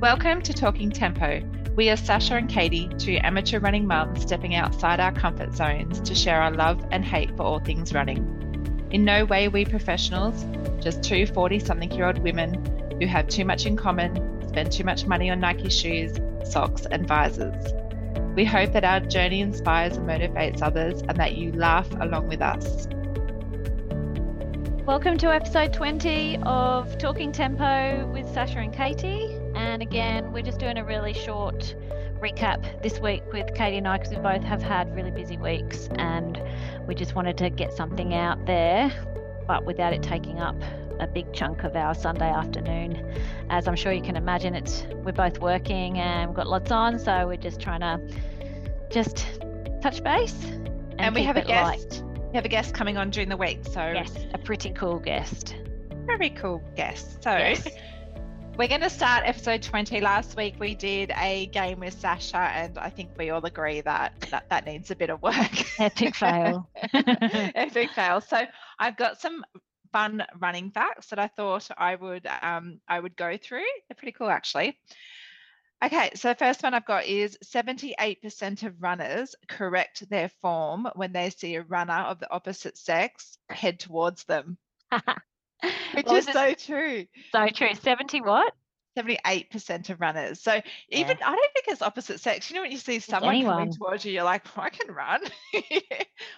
Welcome to Talking Tempo. We are Sasha and Katie, two amateur running mums stepping outside our comfort zones to share our love and hate for all things running. In no way we professionals, just two 40 something year old women who have too much in common, spend too much money on Nike shoes, socks, and visors. We hope that our journey inspires and motivates others and that you laugh along with us. Welcome to episode 20 of Talking Tempo with Sasha and Katie. And again, we're just doing a really short recap this week with Katie and I because we both have had really busy weeks and we just wanted to get something out there, but without it taking up a big chunk of our Sunday afternoon. As I'm sure you can imagine, it's we're both working and we've got lots on, so we're just trying to just touch base and, And we keep have a it guest. light. We have a guest coming on during the week, so Yes, a pretty cool guest. very cool guest. So Yes. We're going to start episode 20. Last week we did a game with Sasha, and I think we all agree that that, that needs a bit of work. Epic fail. Epic fail. So I've got some fun running facts that I thought I would um, I would go through. They're pretty cool actually. Okay, so the first one I've got is 78% of runners correct their form when they see a runner of the opposite sex head towards them, which Well, is this so true. so true. 70 what? 78% of runners. So even I don't think it's opposite sex. You know, when you see someone anyone. coming towards you, you're like, "Oh, I can run. Check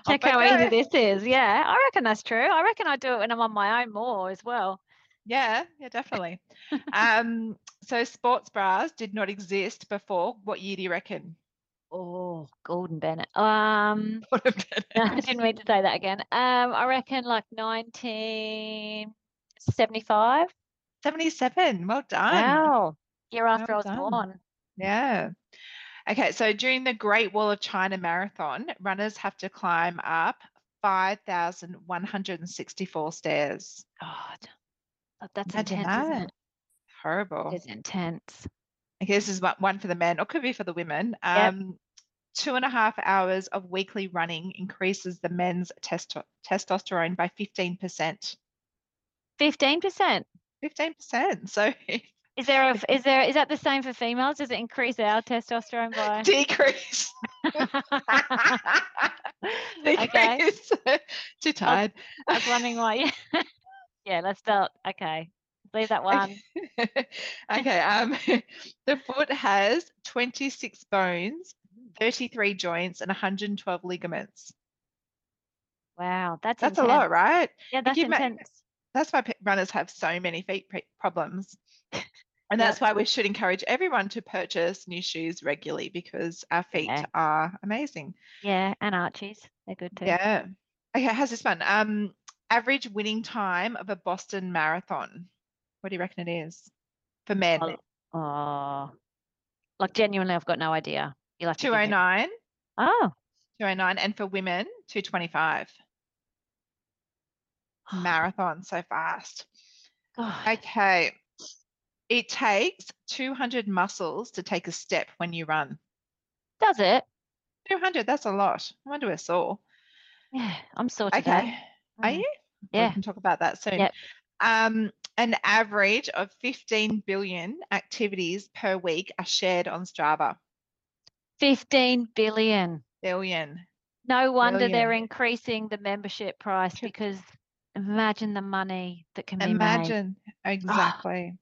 Off I how go. easy this is. Yeah, I reckon that's true. I reckon I do it when I'm on my own more as well. Yeah, yeah, definitely. um, so sports bras did not exist before. What year do you reckon? Oh, Gordon Bennett. Um, Would have been- no, I didn't mean to say that again. Um, I reckon like 1975. 77. Well done. Wow. Year after Well I was done. born. Yeah. Okay, so during the Great Wall of China Marathon, runners have to climb up 5,164 stairs. God, that- that's Imagine intense, isn't that. Horrible. it? It is intense. I guess this is one- one for the men, or could be for the women. Yep. Um, Two and a half hours of weekly running increases the men's testo- testosterone by 15%. 15%. 15%. So Is there a, f- is there is that the same for females? Does it increase our testosterone by? decrease. okay, decrease. Too tired. I was wondering why. yeah, let's start. Okay, leave that one. Okay. okay. Um, the foot has 26 bones, 33 joints, and 112 ligaments. Wow, that's That's a intense. lot, right? Yeah, that's you ma- intense. That's why pe- runners have so many feet pre- problems. And Yep. that's why we should encourage everyone to purchase new shoes regularly because our feet Yeah. are amazing. Yeah, and Archie's they're good too. Yeah. Okay, how's this one? Um, average winning time of a Boston marathon. What do you reckon it is for men? Oh, Oh, like genuinely, I've got no idea. You'll have to give me- 209, Oh, 209, and for women, 225. Marathon, so fast. God. Okay. It takes 200 muscles to take a step when you run. does it? 200, that's a lot. I wonder we're sore. Yeah, I'm sore today. Okay. Are Mm, you? yeah. We can talk about that soon. Yep. Um, an average of 15 billion activities per week are shared on Strava. Fifteen billion. Billion. No wonder they're Brilliant. increasing the membership price True. because imagine the money that can be made. Ah. Imagine. Exactly.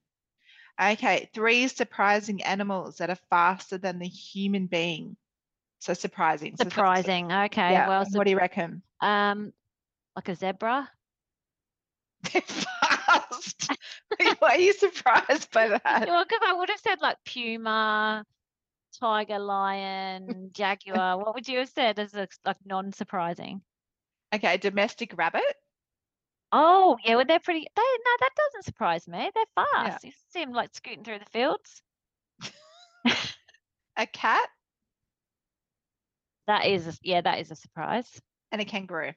Okay. Three surprising animals that are faster than the human being. So surprising. So that's- Surprising. Okay. yeah. Well, what do you reckon? sup- um, like a zebra. They're fast. Why are you surprised by that? Well, because I would have said like puma, tiger, lion, jaguar. What would you have said as a, like non-surprising? Okay. Domestic rabbit. Oh, yeah. Well, they're pretty. They no, that doesn't surprise me. They're Yeah. fast. You see them like scooting through the fields. A cat That is, a, yeah, that is a surprise. and a kangaroo.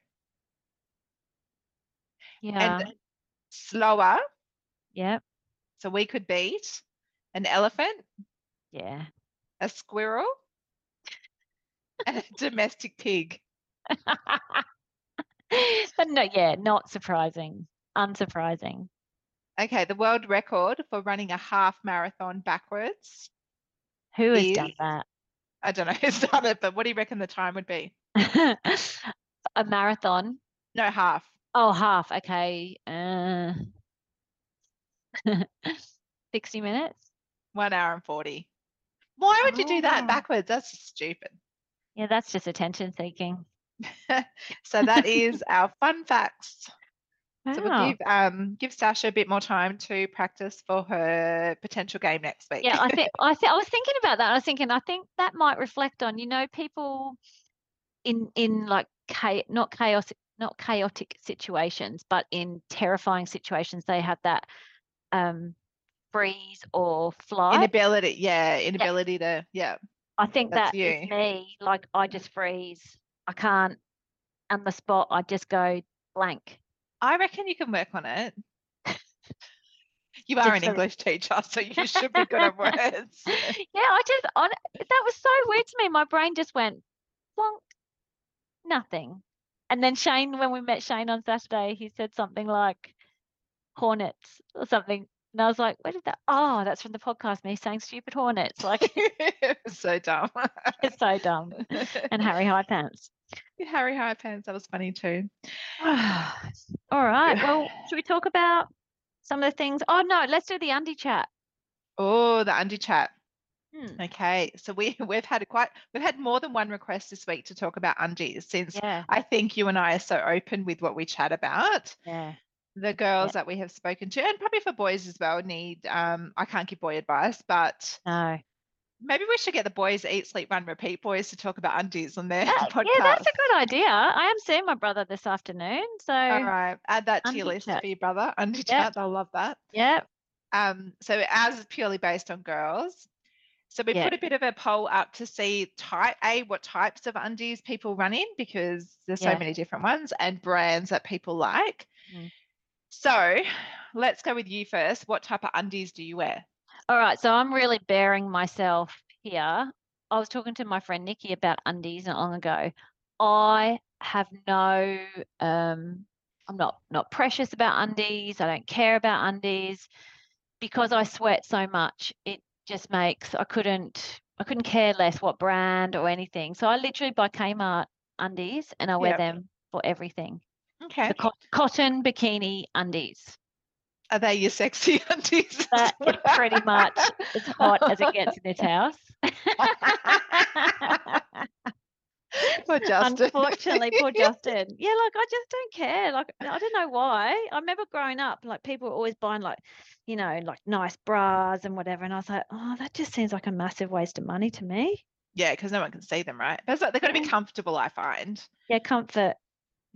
Yeah. And slower. yeah. So we could beat an elephant, Yeah. a squirrel, and a domestic pig. but no, yeah, not surprising. Unsurprising. Okay, the world record for running a half marathon backwards. Who has Is- done that? I don't know who's done it, but what do you reckon the time would be? a marathon. No, half. Oh, half. Okay. Uh, 60 minutes. One hour and 40. Why would you do that Oh. backwards? That's stupid. Yeah, that's just attention seeking. So that is our fun facts. So we'll Wow. give um give Sasha a bit more time to practice for her potential game next week. yeah, I think I think I was thinking about that. I was thinking I think that might reflect on you know people in in like cha- not chaotic not chaotic situations, but in terrifying situations they have that um freeze or flight. inability, yeah, inability to yeah. I think That's that is you. me. Like I just freeze. I can't on the spot. I just go blank. I reckon you can work on it. You are an Different. English teacher, so you should be good at words. yeah, I just on that was so weird to me. My brain just went plonk, nothing. And then Shane, when we met Shane on Saturday, he said something like hornets or something. And I was like, where did that? Oh, that's from the podcast. Me saying stupid hornets. Like It was so dumb. it's so dumb. And Harry High Pants. Harry High Pants, that was funny too. All right. Well, should we talk about some of the things? Oh no, let's do the undie chat. Oh, the undie chat. Hmm, Okay, so we we've had quite we've had more than one request this week to talk about undies since Yeah. I think you and I are so open with what we chat about. Yeah. The girls that we have spoken to, and probably for boys as well, need um, I can't give boy advice, but No. maybe we should get the boys eat, sleep, run, repeat boys to talk about undies on their Uh, podcast. yeah, that's a good idea. I am seeing my brother this afternoon. So All right, add that to your Undie list chat. for your brother. Undie Yeah. chat, they'll love that. yeah. Um, so ours is purely based on girls. So we Yeah. put a bit of a poll up to see type A, what types of undies people run in because there's so Yeah. many different ones and brands that people like. Mm. So let's go with you first. What type of undies do you wear? All right, so I'm really bearing myself here. I was talking to my friend Nikki about undies not long ago. I have no, um, I'm not not precious about undies. I don't care about undies because I sweat so much. It just makes I couldn't I couldn't care less what brand or anything. So I literally buy Kmart undies and I wear Yep. them for everything. Okay. The co- cotton bikini undies. Are they your sexy undies? as That is well? pretty much as hot as it gets in this house. Poor Justin. Unfortunately, poor Justin. Yeah, like I just don't care. Like I don't know why. I remember growing up, like people were always buying like, you know, like nice bras and whatever. And I was like, oh, that just seems like a massive waste of money to me. yeah, because no one can see them, right? But it's like they've got to be Yeah. comfortable, I find. Yeah, comfort.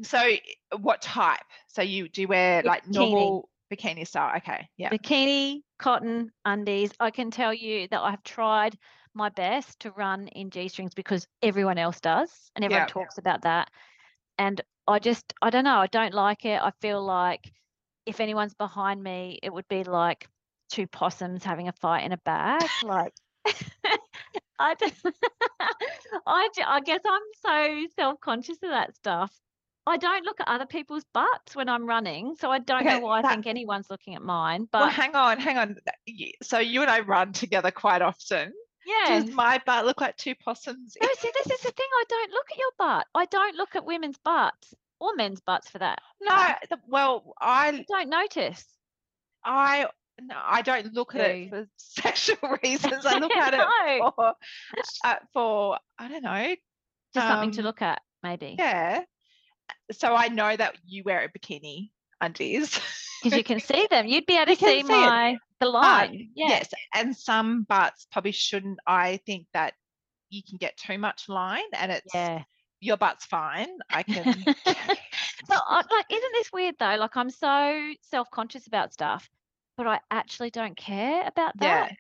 So, i- what type? So, you do you wear like Bikini. normal bikini style? Okay, yeah. Bikini, cotton, undies. I can tell you that I have tried my best to run in G strings because everyone else does and everyone Yeah. talks about that. And I just, I don't know, I don't like it. I feel like if anyone's behind me, it would be like two possums having a fight in a bag. Like, I, d- I, d- I guess I'm so self conscious of that stuff. I don't look at other people's butts when I'm running, so I don't Okay, know why I that- think anyone's looking at mine. But Well, hang on, hang on. Y- So, you and I run together quite often. Yeah. Does my butt look like two possums? No, see, this is the thing. I don't look at your butt. I don't look at women's butts or men's butts for that. No. th- Well, I, I don't notice. I, no, I don't look at it Do. for sexual reasons. I look at it No, for, uh, for I don't know. just something to um, look at, maybe. Yeah. So I know that you wear a bikini undies. Because you can see them. You'd be able to can see, see it. my the line. yeah. Yes, and some butts probably shouldn't. I think that you can get too much line, and it's Yeah. your butt's fine. I can. So, I, like, isn't this weird though? Like, I'm so self-conscious about stuff, but I actually don't care about that.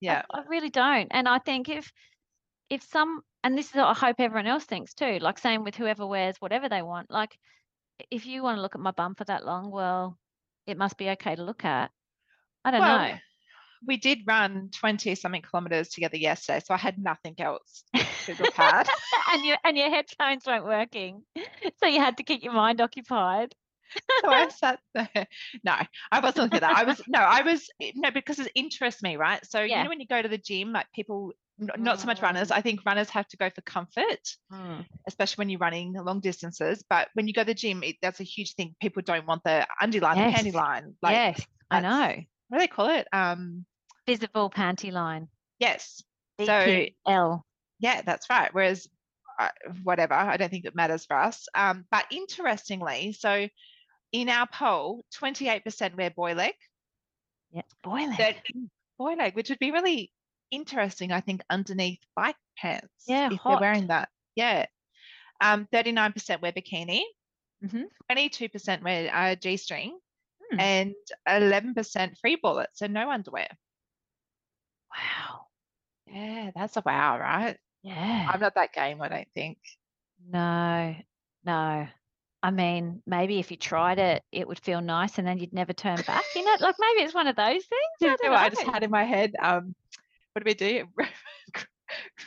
yeah, yeah, I, I really don't. And I think if if some and this is what I hope everyone else thinks too, like same with whoever wears whatever they want. Like i- if you want to look at my bum for that long, well, it must be okay to look at. I don't Well, eh know. we did run twenty something kilometers together yesterday, so I had nothing else to look at. and your and your headphones weren't working. So you had to keep your mind occupied. so I sat there. No, I wasn't looking at that. I was no, I was eh, no because it interests me, right? So you Yeah. know when you go to the gym, like people, n- not so much runners. I think runners have to go for comfort, Mm. especially when you're running the long distances. But when you go to the gym, it, that's a huge thing. People don't want the underline, Yes. the panty line. Like yes, I that's- know. what do they call it? Um, Visible panty line. yes, So L. yeah, that's right. Whereas uh, whatever, I don't think it matters for us. Um, but interestingly, so in our poll, 28% wear boy leg. Yeah, boiling. that boy leg, which would be really interesting, I think, underneath bike pants. Yeah, if hot. they're wearing that. Yeah. Um, 39% wear bikini, Mm-hmm. Mhm. 22% wear uh, G string, Hmm. and 11% free bullet. So no underwear. Wow. Yeah, that's a wow, right? Yeah. I'm not that game, I don't think. No, no. I mean, maybe if you tried it, it would feel nice and then you'd never turn back. You know, like maybe it's one of those things. I You don't know, I just know. had in my head, um, what do we do?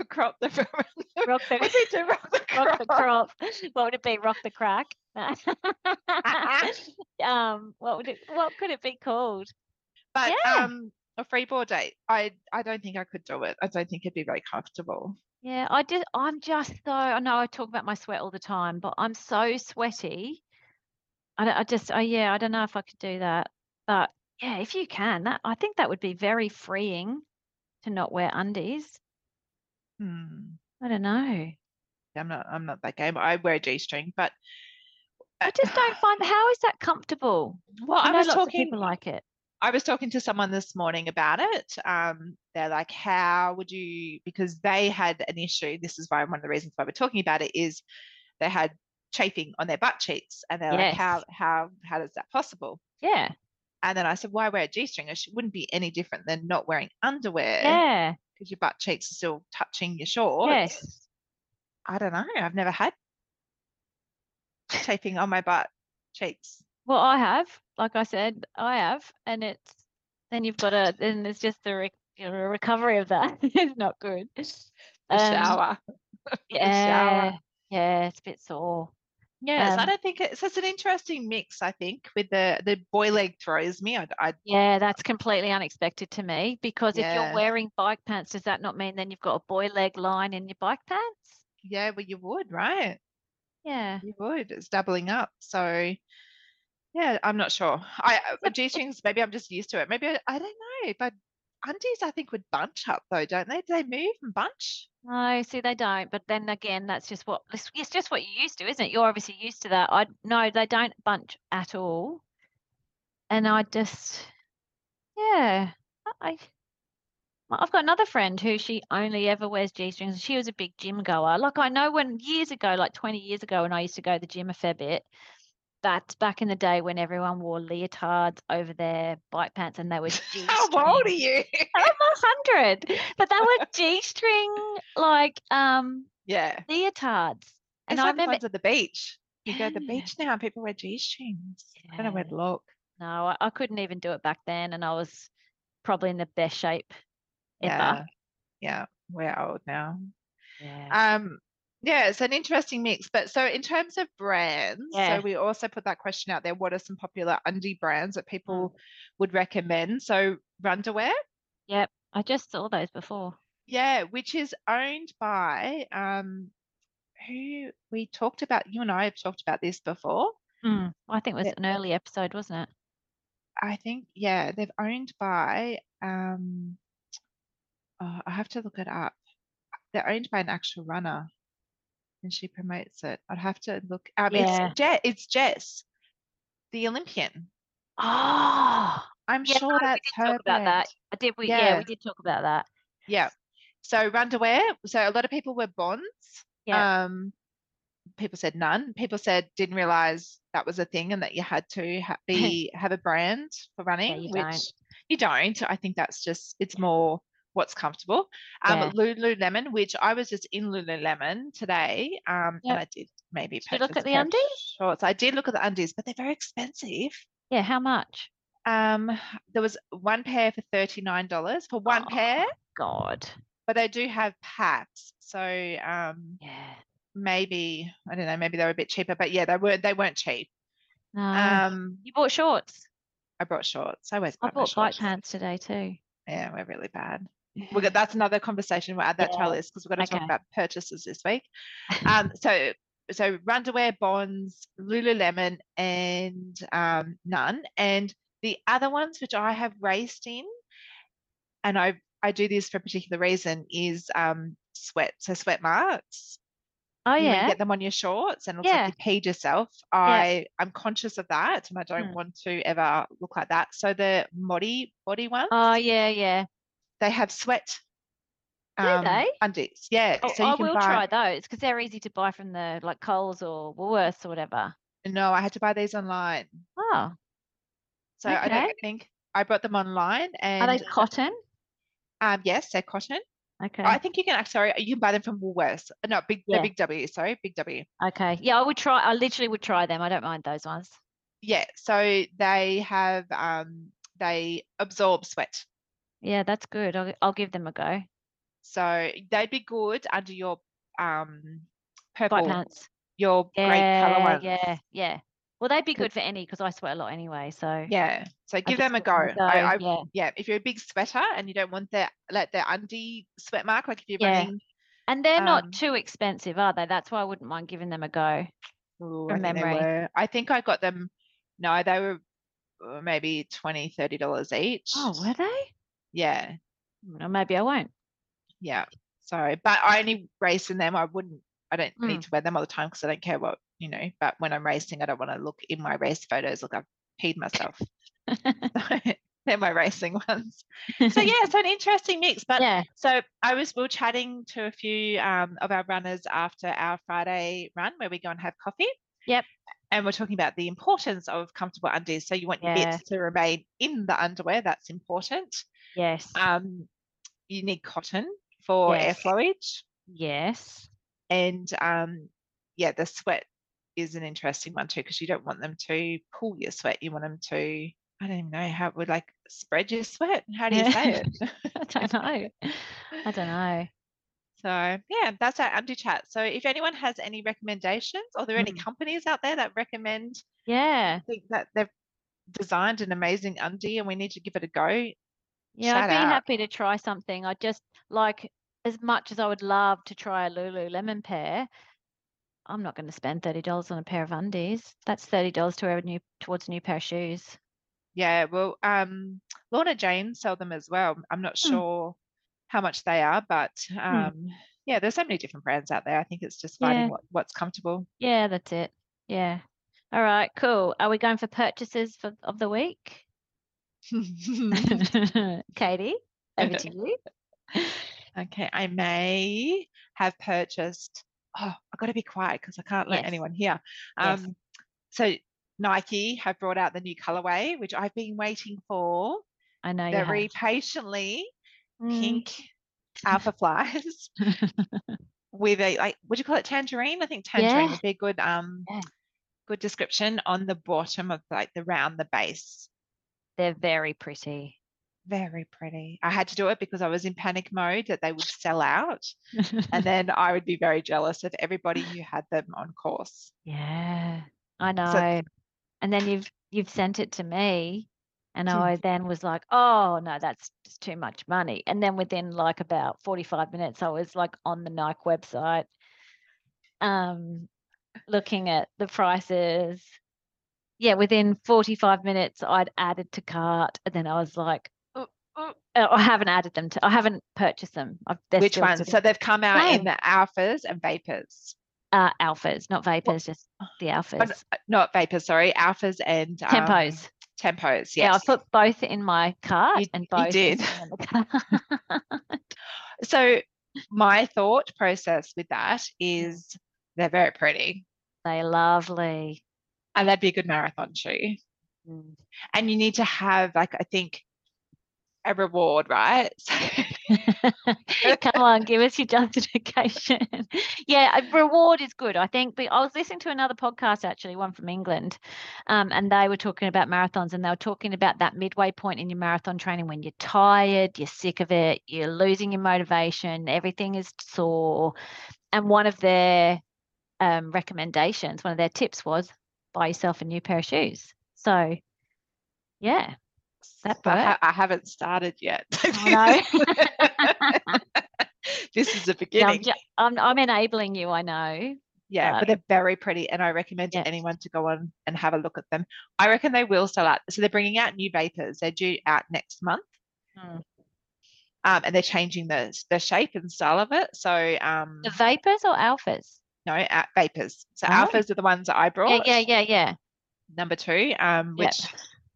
crop the rock the, what do we do? Rock the rock the crop. crop. What would it be? Rock the crack? No. um, what would it what could it be called? But Yeah. um, a free board date, I I don't think I could do it. I don't think it'd be very comfortable. Yeah, I did I'm just so I know I talk about my sweat all the time, but I'm so sweaty. I don't, I just I yeah, I don't know if I could do that. But yeah, if you can, that I think that would be very freeing to not wear undies. Hmm. I don't know. I'm not I'm not that game. I wear a G string, but uh, I just don't find how is that comfortable? Well, I know was lots of talking. people like it. I was talking to someone this morning about it. Um, they're like, "How would you?" Because they had an issue. This is why one of the reasons why we're talking about it is they had chafing on their butt cheeks, and they're like, "How Yes. how how is that possible?" Yeah. And then I said, "Why wear a G string? It sh- wouldn't be any different than not wearing underwear." Yeah. because your butt cheeks are still touching your shorts. Yes. I don't know. I've never had chafing on my butt cheeks. Well, I have, like I said, I have, and it's then you've got to then there's just the re- you know, recovery of that. it's not good. Um, The shower. Yeah. Yeah, it's a bit sore. Yes, I um, don't think it's, it's an interesting mix. I think with the the boy leg throws me. I, I Yeah, that's completely unexpected to me because if Yeah. you're wearing bike pants, does that not mean then you've got a boy leg line in your bike pants? yeah, but you would right? Yeah. You would. It's doubling up. So yeah, I'm not sure. I uh, G strings. Maybe I'm just used to it. Maybe I, I don't know. But undies, I think would bunch up though, don't they? Do they move and bunch? No, see, they don't. But then again, that's just what it's it's just what you're used to, isn't it? You're obviously used to that. I no, they don't bunch at all. And I just, yeah, I. I- well, I've got another friend who she only ever wears g strings. She was a big gym goer. Like I know when years ago, like 20 years ago, when I used to go to the gym a fair bit. That's back in the day when everyone wore leotards over their bike pants and they were g How old are you? I'm a hundred, but they were g-string like um yeah. leotards, it's and I like the remember. ones at the beach. You go to the Yeah. beach now and people wear G strings. I don't know where to Yeah. look. No, I, I couldn't even do it back then, and I was probably in the best shape Yeah. ever. Yeah. We're old now. Yeah. Um, yeah, it's an interesting mix. But so in terms of brands, Yeah. so we also put that question out there. What are some popular undie brands that people would recommend? So Runderwear, I just saw those before. yeah, which is owned by um who we talked about, you and I have talked about this before. Mm, I think it was Yeah. an early episode, wasn't it? I think, yeah, they've owned by um oh, I have to look it up. They're owned by an actual runner and she promotes it. I'd have to look um Yeah. it's Je- it's Jess, the Olympian. Oh, I'm Yeah, sure no, we that's did her talk about that. brand. I did. We yeah, Yeah. we did talk about that. Yeah. So Runderwear. So a lot of people were bonds. Yeah. Um people said none. People said didn't realize that was a thing and that you had to ha- be have a brand for running, you which don't. you don't. I think that's just it's more what's comfortable. Um Yeah. Lululemon, which I was just in Lululemon today. Um Yep. and I did maybe you look purchase at a the pair of undies? Shorts. I did look at the undies, but they're very expensive. Yeah. How much? Um there was one pair for $39 for one Oh. pair God. but they do have packs so um Yeah. maybe i don't know maybe they were a bit cheaper but yeah they were they weren't cheap No. Um, you bought shorts. I brought shorts. I always Ah. I buy my bought bike shorts. pants today too. Yeah, we're really bad. We'll get, that's another conversation. We'll add that to our Yeah. list because we're going to Okay. talk about purchases this week. Um, so so Runderwear, Bonds, Lululemon, and um, none. And the other ones which I have raced in, and I I do this for a particular reason is um, sweat. So sweat marks. Oh you know, you yeah. get them on your shorts and it's like Yeah. you peed yourself. I I'm conscious of that and I don't Mm. want to ever look like that. So the Modi body one Oh yeah, yeah. they have sweat um, Do they? undies. Yeah. Oh, so you I can will buy try those because they're easy to buy from the like Coles or Woolworths or whatever. no, I had to buy these online. Oh, So I Okay. don't think I bought them online and are they cotton? um yes, they're cotton. Okay. I think you can actually sorry, you can buy them from Woolworths. Uh, No, big the Yeah. big W, sorry, big W. Okay. Yeah, I would try. I literally would try them. I don't mind those ones. Yeah. So they have um they absorb sweat. Yeah, that's good. I'll, I'll give them a go. So they'd be good under your um Bike purple pants. your Yeah, great colour ones. yeah, yeah. Well, they'd be Good. good for any because I sweat a lot anyway. So I Yeah. So give just them a go. give them I, I yeah. yeah, if you're a big sweater and you don't want the like the undie sweat mark, like if you're Yeah. running, And they're um, not too expensive, are they? That's why I wouldn't mind giving them a go. Ooh, From I think they memory. were- I think I got them. No, they were uh, maybe 20 30 dollars each. Oh, were they? yeah, Mm, Or maybe I won't. yeah. Sorry, but I only race in them. I wouldn't. I don't need Mm. to wear them all the time because I don't care what you know. But when I'm racing, I don't want to look in my race photos. Look, I've peed myself. They're my racing ones. So yeah, so an interesting mix. But yeah. So I was we were chatting to a few um, of our runners after our Friday run where we go and have coffee. Yep. And we're talking about the importance of comfortable undies. So you want your Yeah. bits to remain in the underwear. That's important. Yes. Um, you need cotton for air Yes. flowage, yes. and um, yeah, the sweat is an interesting one too because you don't want them to pull your sweat. You want them to I don't even know how it would like spread your sweat. How do you Yeah. say I it? don't know. I don't know. So yeah, that's our Undo chat. So if anyone has any recommendations, are there any Mm. companies out there that recommend Yeah. think that they've designed an amazing undie and we need to give it a go? Yeah, I'd Shout be out. happy to try something. I just like as much as I would love to try a Lululemon pair. I'm not going to spend thirty dollars on a pair of undies. That's thirty dollars to a new towards a new pair of shoes. Yeah, well, um, Lorna Jane sell them as well. I'm not Hmm. sure how much they are, but um, yeah, there's so many different brands out there. I think it's just finding Yeah. what, what's comfortable. Yeah, that's it. Yeah. All right. Cool. Are we going for purchases for of the week? Katie, over to you. okay, I may have purchased. Oh, I've got to be quiet because I can't let Yes. anyone hear. Um, Yes. So Nike have brought out the new colorway, which I've been waiting for I know you have. very patiently. Mm. Pink alpha flies with a like, what do you call it? Tangerine? I think tangerine Yeah. would be a good um Yeah. good description on the bottom of like the round the base. They're very pretty. Very pretty. I had to do it because I was in panic mode that they would sell out. And then I would be very jealous of everybody who had them on course. Yeah, I know. and then you've you've sent it to me, and Hmm. I then was like, "Oh no, that's just too much money." And then within like about forty-five minutes, I was like on the Nike website, um, looking at the prices. Yeah, within forty-five minutes, I'd added to cart, and then I was like, "Oh, oh," uh, I haven't added them to. I haven't purchased them. I've, they're Which still ones? sitting- So they've come out in Same. the alphas and vapors. uh, alphas, not vapors, just the Oh, no, alphas. uh, not vapors, sorry, alphas and um, Tempos. Tempos, yes. Yeah, I put both in my cart You- and you both. are did. sitting in the car. so my thought process with that is they're very pretty They're lovely. and that'd be a good marathon shoe. Mm. And you need to have like I think a reward, right? So, Come on, give us your justification. yeah, a reward is good, I think. But I was listening to another podcast actually, one from England, um, and they were talking about marathons, and they were talking about that midway point in your marathon training when you're tired, you're sick of it, you're losing your motivation, everything is sore, and one of their um, recommendations, one of their tips was buy yourself a new pair of shoes. So, yeah, that But I, worked. ha- I haven't started yet. I this is the Yeah, beginning. I'm, ju- I'm, I'm enabling you, I know. Yeah, but- but they're very pretty, and I recommend Yeah. to anyone to go on and have a look at them. I reckon they will sell out. So they're bringing out new vapors. They're due out next month, Mm. um, and they're changing the s- the shape and style of it. So um, The vapors or alphas? no, uh, vapors. So Oh. alphas are the ones that I Yeah, brought. yeah, yeah, yeah. Number two, um, Yeah. which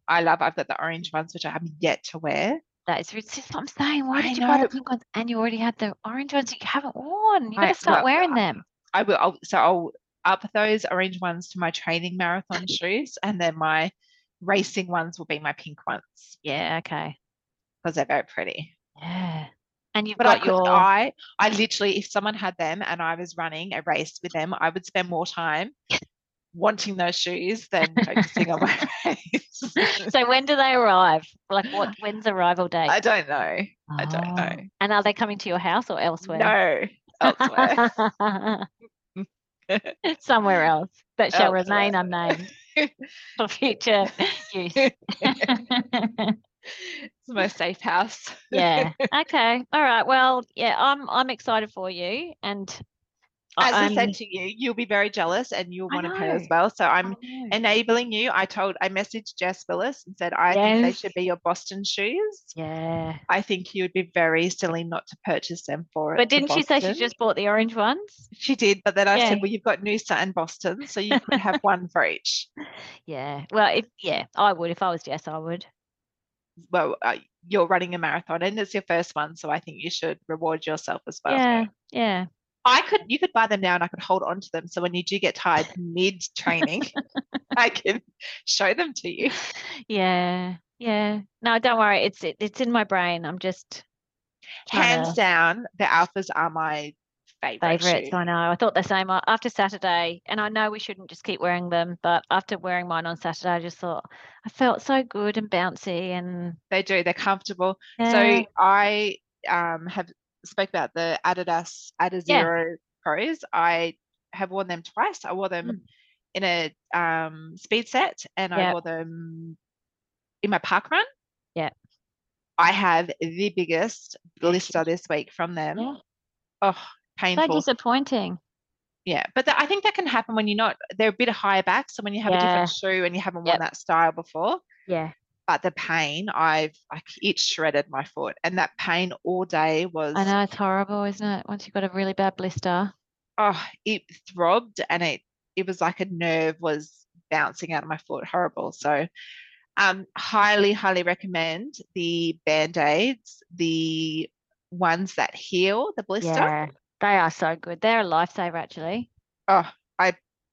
I love. I've got the orange ones, which I haven't yet to wear. That is it's just what I'm saying. Why I did you buy know. the pink ones and you already had the orange ones that you haven't worn? You I- gotta start well, wearing I- them. I will. I'll, so I'll up those orange ones to my training marathon shoes, and then my racing ones will be my pink ones Yeah, okay. because they're very pretty. Yeah. And you've But I, got could, your I, I literally, if someone had them and I was running a race with them, I would spend more time wanting those shoes than focusing on my race. so when do they arrive? Like what when's arrival date? I don't know. I don't Oh. know. And are they coming to your house or elsewhere? No, elsewhere. It's Somewhere else that shall remain Elsewhere. unnamed for future use. it's my safe house. yeah. Okay. All right. Well, yeah, I'm I'm excited for you and As I I'm- said to you, you'll be very jealous and you'll Uh, I want a pair as know. Oh, well. So I'm I know. enabling you. I told, I messaged Jess Willis and said, I think they Yes. should be your Boston shoes. yeah. I think you would be very silly not to purchase them for But the didn't she say Boston. she just bought the orange ones? She did, but then I Yeah. said, "Well, you've got Noosa and Boston, so you could have one for each." Yeah. Well, if yeah, I would if I was Jess, I would. Well, uh, you're running a marathon, and it's your first one, so I think you should reward yourself as well. Yeah. Yeah. I could, you could buy them now, and I could hold on to them. So when you do get tired mid training, I can show them to you. Yeah. Yeah. No, don't worry. It's it, it's in my brain. I'm just trying Hands to- down, the alphas are my favorite. favorites. shoe. I know. I thought the same uh, after Saturday, and I know we shouldn't just keep wearing them, but after wearing mine on Saturday, I just thought I felt so good and bouncy and They do. They're comfortable. yeah, So I um, have spoke about the Adidas Adizero Yeah. Hmm. Zero Pros. I have worn them twice. I wore them in a um, speed set, and I Yep. wore them in my park run. Yep. I have the biggest blister this week from them. Yeah. Oh, so painful. disappointing. yeah, but that I think that can happen when you're not. They're a bit higher back, so when you have a different shoe and you haven't worn Yep. that style before, Yeah. but the pain i've like it shredded my foot and that pain all day was I know it's horrible, isn't it? Once you've got a really bad blister. oh it throbbed and it it was like a nerve was bouncing out of my foot horrible so um highly highly recommend the band-aids the ones that heal the blister Yeah. They are so good. They're a lifesaver actually. oh i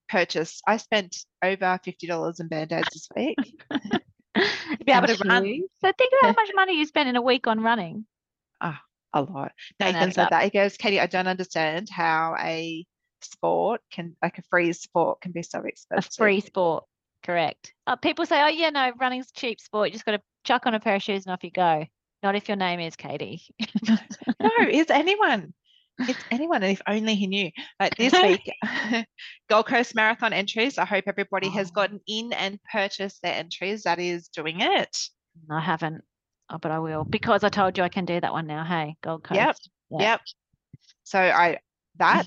purchased i spent over $50 in band-aids this week to be able to run. So think about how much money you spend in a week on running. a lot. I know Nathan said that. that. He goes, Katie, I don't understand how a sport can, like a free sport, can be so A expensive. free sport, correct? Uh, people say, "Oh yeah, no, running's a cheap sport. You just got to chuck on a pair of shoes and off you go." Not if your name is Katie. No, it's anyone. It's anyone. And if only he knew. Like this week, Gold Coast Marathon entries. I hope everybody has Oh. gotten in and purchased their entries. That is doing it. I haven't, oh, but I will because I told you I can do that one now. Hey, Gold Coast. Yep. Yeah. Yep. So I, that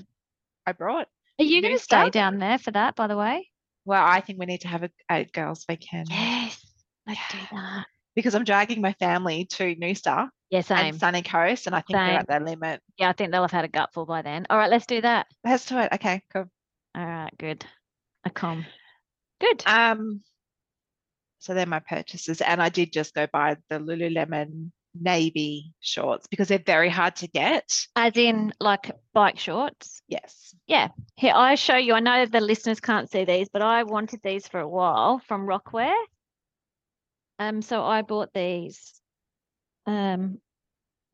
I brought. Are you going New to stay stuff? down there for that? By the way. Well, I think we need to have a, a girls' weekend Yes. Let's do that. because I'm dragging my family to Noosa Yeah, same. and Sunny Coast, and I think Same. they're at their limit. yeah, I think they'll have had a gutful by then. All right, let's do that. Let's do it. Okay, cool. All right, good. A com. Good. Um, so they're my purchases, and I did just go buy the Lululemon navy shorts because they're very hard to get. As in, like bike shorts. Yes. Here, I show you. I know the listeners can't see these, but I wanted these for a while from Rockwear. Um, so I bought these. Um,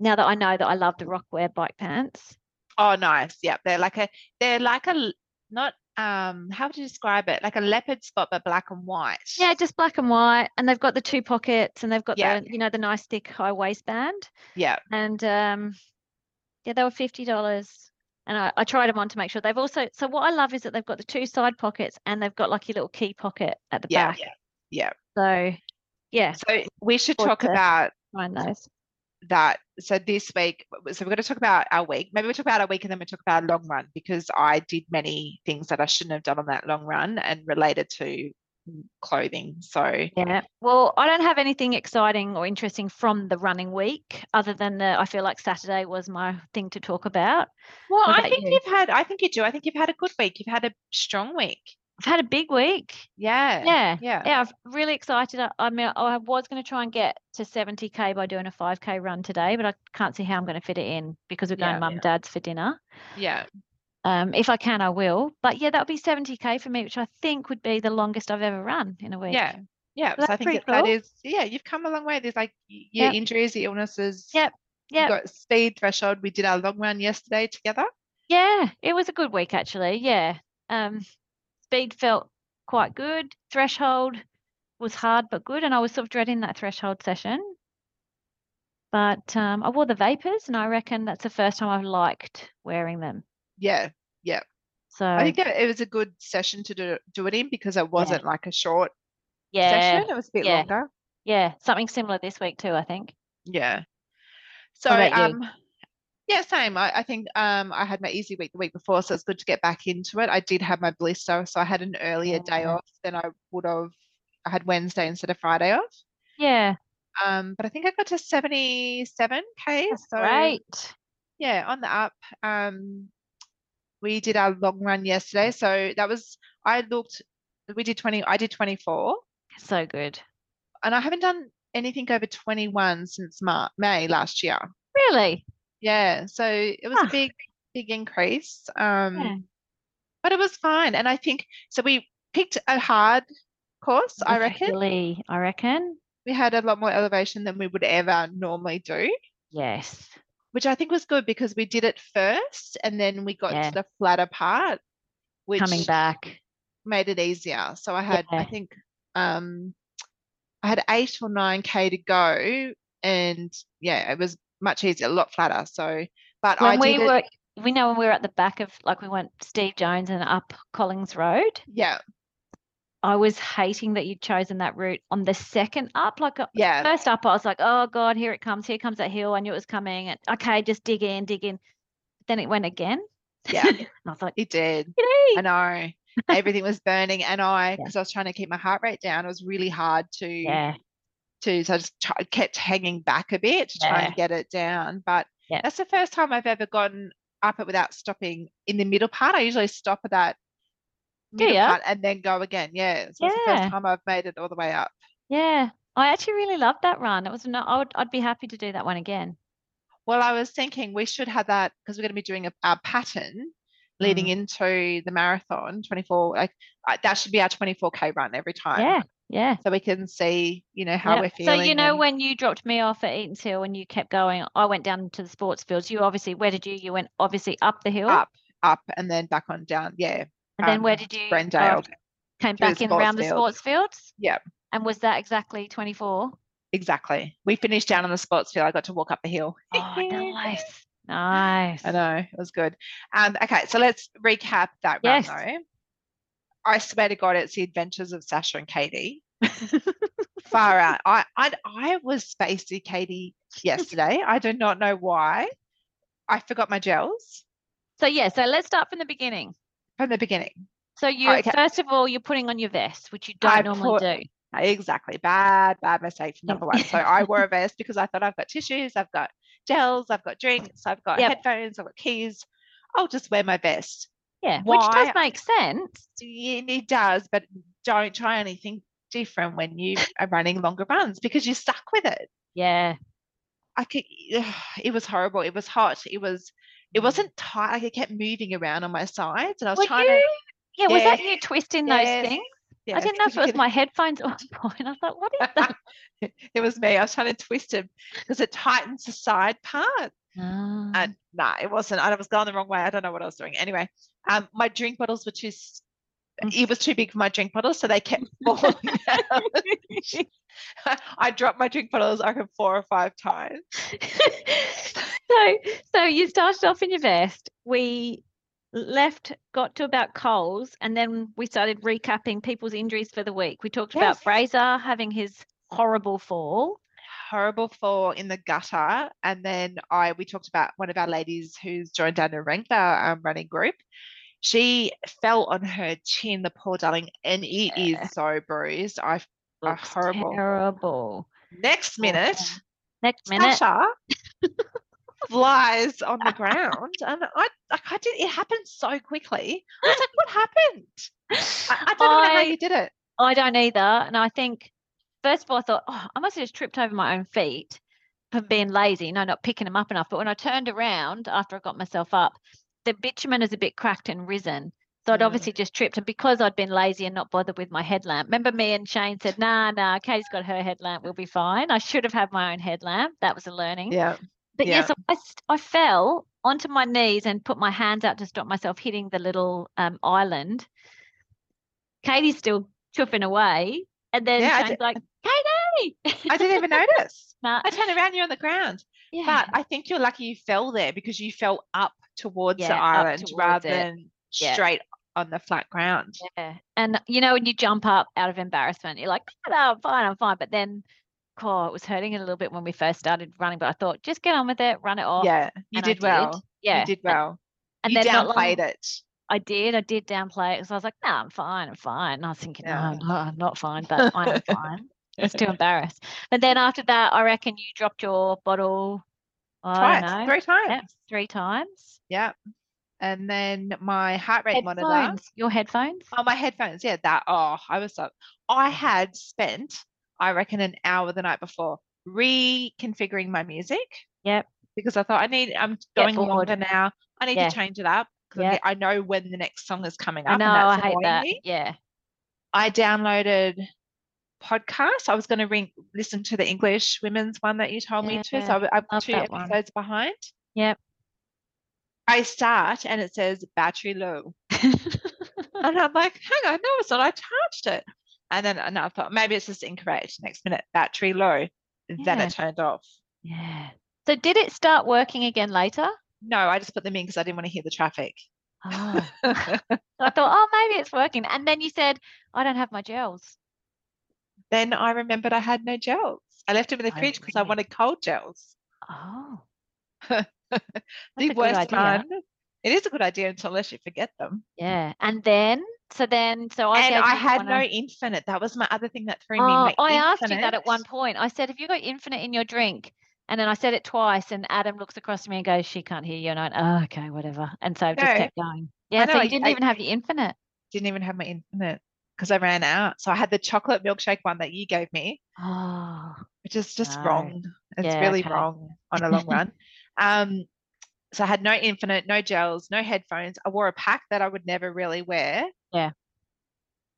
now that I know that I love the Rockwear bike pants, Oh, nice. Yep. They're like a. They're like a l- not. Um, how would you describe it? Like a leopard spot, but black and white. yeah, just black and white, and they've got the two pockets, and they've got Yeah. the you know the nice thick high waistband, Yeah. and um, yeah, they were fifty dollars. and I, I tried them on to make sure they've also. So what I love is that they've got the two side pockets and they've got like your little key pocket at the Yeah. back. Yeah. So yeah, So we should Or talk to- about find those. that. So this week, so we're going to talk about our week. Maybe we'll talk about our week and then we'll talk about a long run because I did many things that I shouldn't have done on that long run and related to clothing. So Yeah. Well, I don't have anything exciting or interesting from the running week other than the, I feel like Saturday was my thing to talk about. well, What I about think you? you? have had I think you do. I think you've had a good week. You've had a strong week. I've had a big week. Yeah. Yeah. Yeah. Yeah, I'm really excited. I- I mean, I was going to try and get to 70k by doing a 5k run today, but I can't see how I'm going to fit it in because we're going Yeah. mum and dad's for dinner. Yeah. Um, if I can, I will. But yeah, that would be 70k for me, which I think would be the longest I've ever run in a week. Yeah. Yeah. Well, So I that's think pretty that, that cool. is yeah, you've come a long way. There's like y- your Yep. injuries, your illnesses. Yep. you've Yep. got speed threshold. We did our long run yesterday together. Yeah, it was a good week actually. Yeah. Um speed felt quite good. Threshold was hard but good and I was sort of dreading that threshold session. But um I wore the vapors and I reckon that's the first time I've liked wearing them. Yeah. So I think it, it was a good session to do, do it in because it wasn't like a short yeah. session. It was a bit yeah. longer. Yeah, something similar this week too, I think. Yeah. So about you? um yeah, same. I, I think um I had my easy week the week before, so it's good to get back into it. I did have my blister, so I had an earlier day Yeah. off than I would have I had Wednesday instead of Friday off. Yeah. Um, but I think I got to 77k. so Great. yeah, on the up. Um, we did our long run yesterday, so that was I looked. We did 20. I did 24, So good. and I haven't done anything over 21 since Mar- May last year. Really? Yeah, so it was Huh. a big, big increase. Um, Ah. Yeah. but it was fine, and I think so. We picked a hard course. I reckon Particularly, I reckon. we had a lot more elevation than we would ever normally do. Yes. which I think was good because we did it first and then we got Yeah. to the flatter part, which Coming back. made it easier. So I had, I Yeah. think, um, I had eight or nine k to go, and yeah, it was much easier, a lot flatter. So, but I when did we it, were we know when we were at the back of like we went Steve Jones and up Collins Road. yeah, I was hating that you'd chosen that route on the second up. Like uh, yeah, first up, I was like, oh God, here it comes, here comes that hill. I knew it was coming. And okay, just dig in, dig in. Then it went again. Yeah. and I was like, it did. I "G'day." know everything was burning, and I Yeah. because I was trying to keep my heart rate down, it was really hard to yeah, too. So I just try, kept hanging back a bit to try Yeah. and get it down. But Yeah. that's the first time I've ever gotten up it without stopping in the middle part. I usually stop at that Do middle ya? part and then go again. Yeah. So it's the Oh, Yeah. first time I've made it all the way up. yeah. I actually really loved that run. It was no, I would, I'd be happy to do that one again. Well, I was thinking we should have that because we're going to be doing a, our pattern Mm. leading into the marathon 24 like uh, that should be our 24k run every time Yeah, yeah. so we can see you know how Yep. we're feeling So you know and- when you dropped me off at Eaton's Hill and you kept going, I went down to the sports fields. You obviously where did you? You went obviously up the hill, up up and then back on down yeah and then where um, did you? go Brendale after- came through the back in sports around the field. sports fields. Yep. And was that exactly twenty four? Exactly. We finished down on the sports field. I got to walk up the hill. Oh, nice, nice. I know it was good. Um, okay, so let's recap that run Yes. though. I swear to God, it's the adventures of Sasha and Katie. Far out. I I I was spacey, Katie, yesterday. I do not know why. I forgot my gels So yeah, so let's start from the beginning. from the beginning. So you okay. first of all you're putting on your vest, which you don't I normally put- do. Exactly. Bad, bad mistake from number one. So I wore a vest because I thought I've got tissues, I've got gels, I've got drinks, I've got Yep. headphones, I've got keys. I'll just wear my vest. Yeah, which Why does make sense. Y- It does, but don't try anything different when you are running longer runs because you're stuck with it. Yeah. I could, it was horrible. It was hot. It was, Mm-hmm. it wasn't tight. Like it kept moving around on my sides and I was Were trying you? to. Yeah, was that Yeah, you twisting yes, those things? I yes, didn't know if because it you was could- my headphones or mine. I thought, what is that? it was me. I was trying to twist it because it tightens the side part. Ah. And nah, it wasn't. I was going the wrong way. I don't know what I was doing. Anyway, um, my drink bottles were too. s- Mm. It was too big for my drink bottles, so they kept falling. out. I dropped my drink bottles, I reckon, four or five times. so so you started off in your vest. We left, got to about Coles, and then we started recapping people's injuries for the week. We talked Yes. about Fraser having his horrible fall. horrible fall in the gutter. And then I we talked about one of our ladies who's joined our Narangba um, running group. She fell on her chin, the poor darling, and it is Yeah. so bruised. I Oh, Looks horrible. Terrible. next minute, Next minute. Sasha flies on the ground, and I like I did. It happened so quickly. I was like, "What happened?" I, I don't know how I- you did it. I don't either. And I think, first of all, I thought, oh, I must have just tripped over my own feet for being lazy, no, not picking them up enough. But when I turned around after I got myself up, the bitumen is a bit cracked and risen. So I'd Mm. obviously just tripped. And because I'd been lazy and not bothered with my headlamp, remember me and Shane said, nah, nah, Katie's got her headlamp, we'll be fine. I should have had my own headlamp. That was a learning. Yeah, But Yeah. yes, I, st- I fell onto my knees and put my hands out to stop myself hitting the little um, island. Katie's still chuffing away. And then Yeah, I Shane's did- like, Katie! I didn't even notice. Nah, I turned around, you're on the ground. yeah. But I think you're lucky you fell there because you fell up towards the Yeah, up island towards rather it. than Yeah. straight on the flat ground. Yeah. And you know, when you jump up out of embarrassment, you're like, no, no, I'm fine, I'm fine. But then, oh, it was hurting a little bit when we first started running, but I thought, just get on with it, run it off. Yeah, you and I did well. Yeah. You did and- well. And, you then not long, downplayed it. I did. I did downplay it because I was like, "No, I'm fine. I'm fine." And I was thinking, Yeah. "No, I'm not fine, but I'm fine." I was too embarrassed. But then after that, I reckon you dropped your bottle. I don't Twice, know, three times. yeah, three times. Yeah. And then my heart rate monitor. Headphones. Your headphones. Oh, my headphones. Yeah, that. Oh, I was up. Mm-hmm. I had spent, I reckon, an hour the night before reconfiguring my music. Yep. Because I thought I need, I'm going forward. longer now. I need Yeah. to change it up because Yep. I know when the next song is coming up. I and know. that's I hate annoying that. me. Yeah. I downloaded podcasts. I was going to ring, listen to the English women's one that you told me to. So Yeah, I'm- I'm love two that one. episodes behind. Yep. I start and it says battery low. And I'm like, hang on, no, it's not. I charged it. And then and I thought maybe it's just incorrect. Next minute, battery low. Then Yeah. it turned off. yeah. So did it start working again later? No, I just put them in because I didn't want to hear the traffic. Oh. I thought, oh, maybe it's working. And then you said, I don't have my gels. then I remembered I had no gels. I left them in the Oh, fridge because I really? wanted cold gels. Oh. That's the a good worst idea. one. It is a good idea until unless you forget them. Yeah. And then, so then, so I and gave I you had one no of- infinite. That was my other thing that threw me. Oh, my I asked you that infinite. at one point. I said, "Have you got infinite in your drink?" And then I said it twice, and Adam looks across to me and goes, "She can't hear you." And I, went, "Oh, okay, whatever." And so I just No. kept going. Yeah, know, so I- you didn't I- even have your infinite. Didn't even have my infinite because I ran out. So I had the chocolate milkshake one that you gave me, Oh, which is just No. wrong. It's Yeah, really okay. wrong on a long run. Um, so I had no infinite, no gels, no headphones. I wore a pack that I would never really wear. Yeah.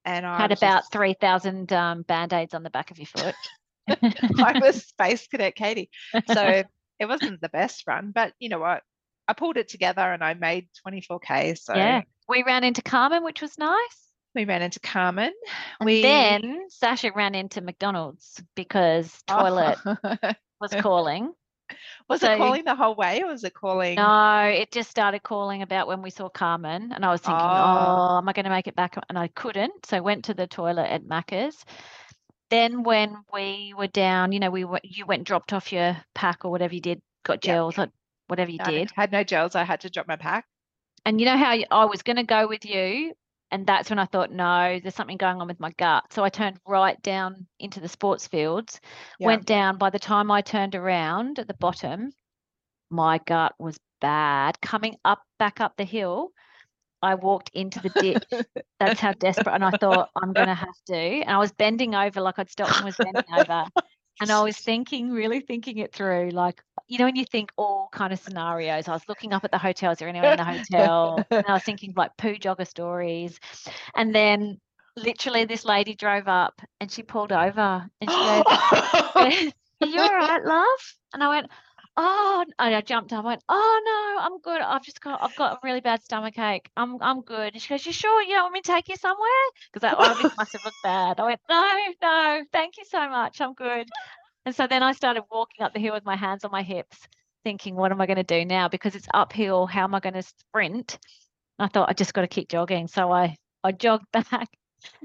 And I had was about just- three thousand um, band aids on the back of your foot. I was space cadet Katie. So it wasn't the best run, but you know what? I pulled it together and I made 24K. So yeah, we ran into Carmen, which was nice. we ran into Carmen. And we then Sasha ran into McDonald's because Oh. toilet was calling. was So- it calling the whole way or was it calling? No, it just started calling about when we saw Carmen, and I was thinking, Oh. oh, am I going to make it back? And I couldn't, so went to the toilet at Macca's. Then when we were down, you know, we were, you went and dropped off your pack or whatever you did, got Yeah. gels, or whatever you I did, had no gels. I had to drop my pack. and you know how y- I was going to go with you, and that's when I thought, no, there's something going on with my gut, so I turned right down into the sports fields, Yeah. went down. By the time I turned around at the bottom, my gut was bad. Coming up, back up the hill, I walked into the ditch. That's how desperate. And I thought, I'm going to have to. And I was bending over, like I'd stopped and was bending over. And I was thinking, really thinking it through. Like, you know, when you think all kind of scenarios, I was looking up at the hotel. Is there anyone in the hotel? And I was thinking like poo jogger stories. And then literally this lady drove up and she pulled over and she goes, oh are you all right, love? And I went, oh, n- and I jumped up. I went, oh no, I'm good. I've just got, I've got a really bad stomach ache. I'm, I'm good. And she goes, you sure you don't want me to take you somewhere? Because I obviously must have looked bad. I went, no, no, thank you so much. I'm good. And so then I started walking up the hill with my hands on my hips. thinking, what am I going to do now? Because it's uphill. How am I going to sprint? I thought I just got to keep jogging. So I I jogged back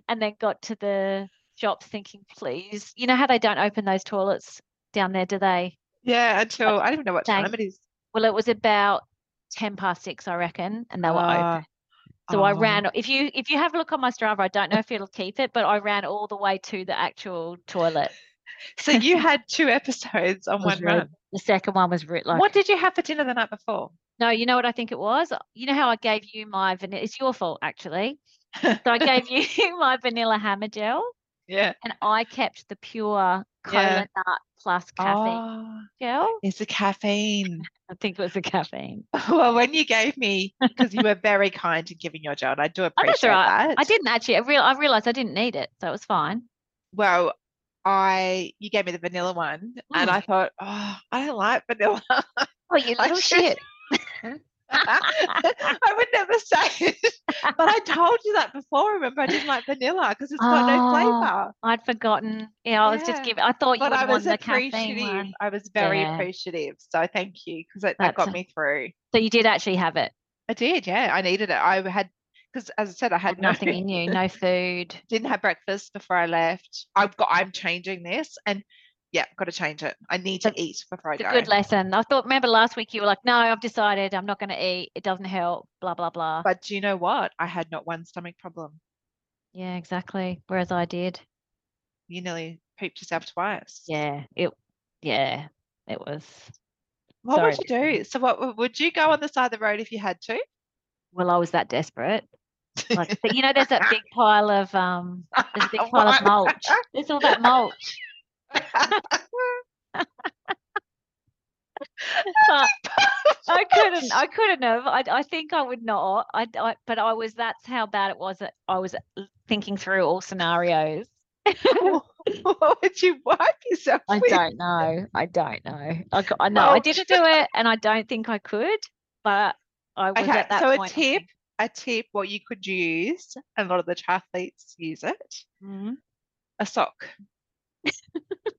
and then got to the shops thinking, please, you know how they don't open those toilets down there, do they? Yeah, until I don't even know what time Thank- it is. Well, it was about ten past six, I reckon, and they were Ah, open. So I oh. ran. If you if you have a look on my Strava, I don't know if it'll keep it, but I ran all the way to the actual toilet. So you had two episodes on It was one really- run. The second one was writ like What did you have for dinner the night before? No, you know what I think it was? You know how I gave you my vanilla? It's your fault, actually. So I gave you my vanilla hammer gel Yeah. and I kept the pure cola Yeah. nut plus caffeine Oh, gel. it's the caffeine. Ah. I think it was the caffeine. Well, when you gave me, because you were very kind in giving your gel, and I do appreciate that's all right. that. I didn't actually, I, real, I realized I didn't need it. So it was fine. Well, I you gave me the vanilla one, and Mm. I thought, oh, I don't like vanilla. Oh, you I little should- shit. I would never say it, but I told you that before. Remember, I didn't like vanilla because it's got no Oh, flavor. I'd forgotten. Yeah, I was Yeah. just giving, I thought you But would I want was the caffeine appreciative. one. I was very Yeah. appreciative. So thank you because that, that That's got a- me through. So you did actually have it. I did, yeah. I needed it. I had because, as I said, I had Had no, nothing in you, no food. didn't have breakfast before I left. I've got. I'm changing this, and yeah, got to change it. I need to That's- eat before I It's go. a good lesson. I thought, remember last week you were like, no, I've decided I'm not going to eat. It doesn't help, blah, blah, blah. But do you know what? I had not one stomach problem. yeah, exactly. Whereas I did. You nearly pooped yourself twice. Yeah, it, yeah, it was. What would you sorry. do? So, what w- would you go on the side of the road if you had to? Well, I was that desperate. Like, but you know, there's that big pile of, um, there's a big pile What? of mulch. There's all that mulch. But I couldn't, I couldn't have. I, I think I would not. I, I, but I was, that's how bad it was. that I was uh, thinking through all scenarios. what would you wipe yourself I with? don't know. I don't know. I, c- I know I Well, didn't do it, and I don't think I could. But I was Okay, at that so a point. tip, I think, a tip, what you could use, and a lot of the triathletes use it, "Mm, a sock.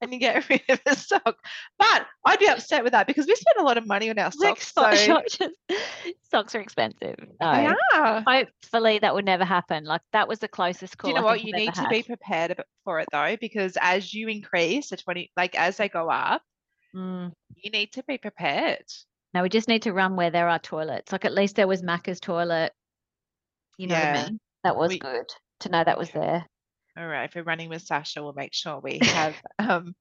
and you get rid of a sock. But I'd be upset with that because we spend a lot of money on our socks. socks, So socks are expensive. No, they are. hopefully that would never happen. Like that was the closest Do call. you know I what? think You I've need ever to had. be prepared ab- for it though, because as you increase the 20, like as they go up, Mm. you need to be prepared. No, we just need to run where there are toilets. Like at least there was Macca's toilet. You know what Yeah. I mean? That was We- good to know that was there. All right. If we're running with Sasha, we'll make sure we have, um,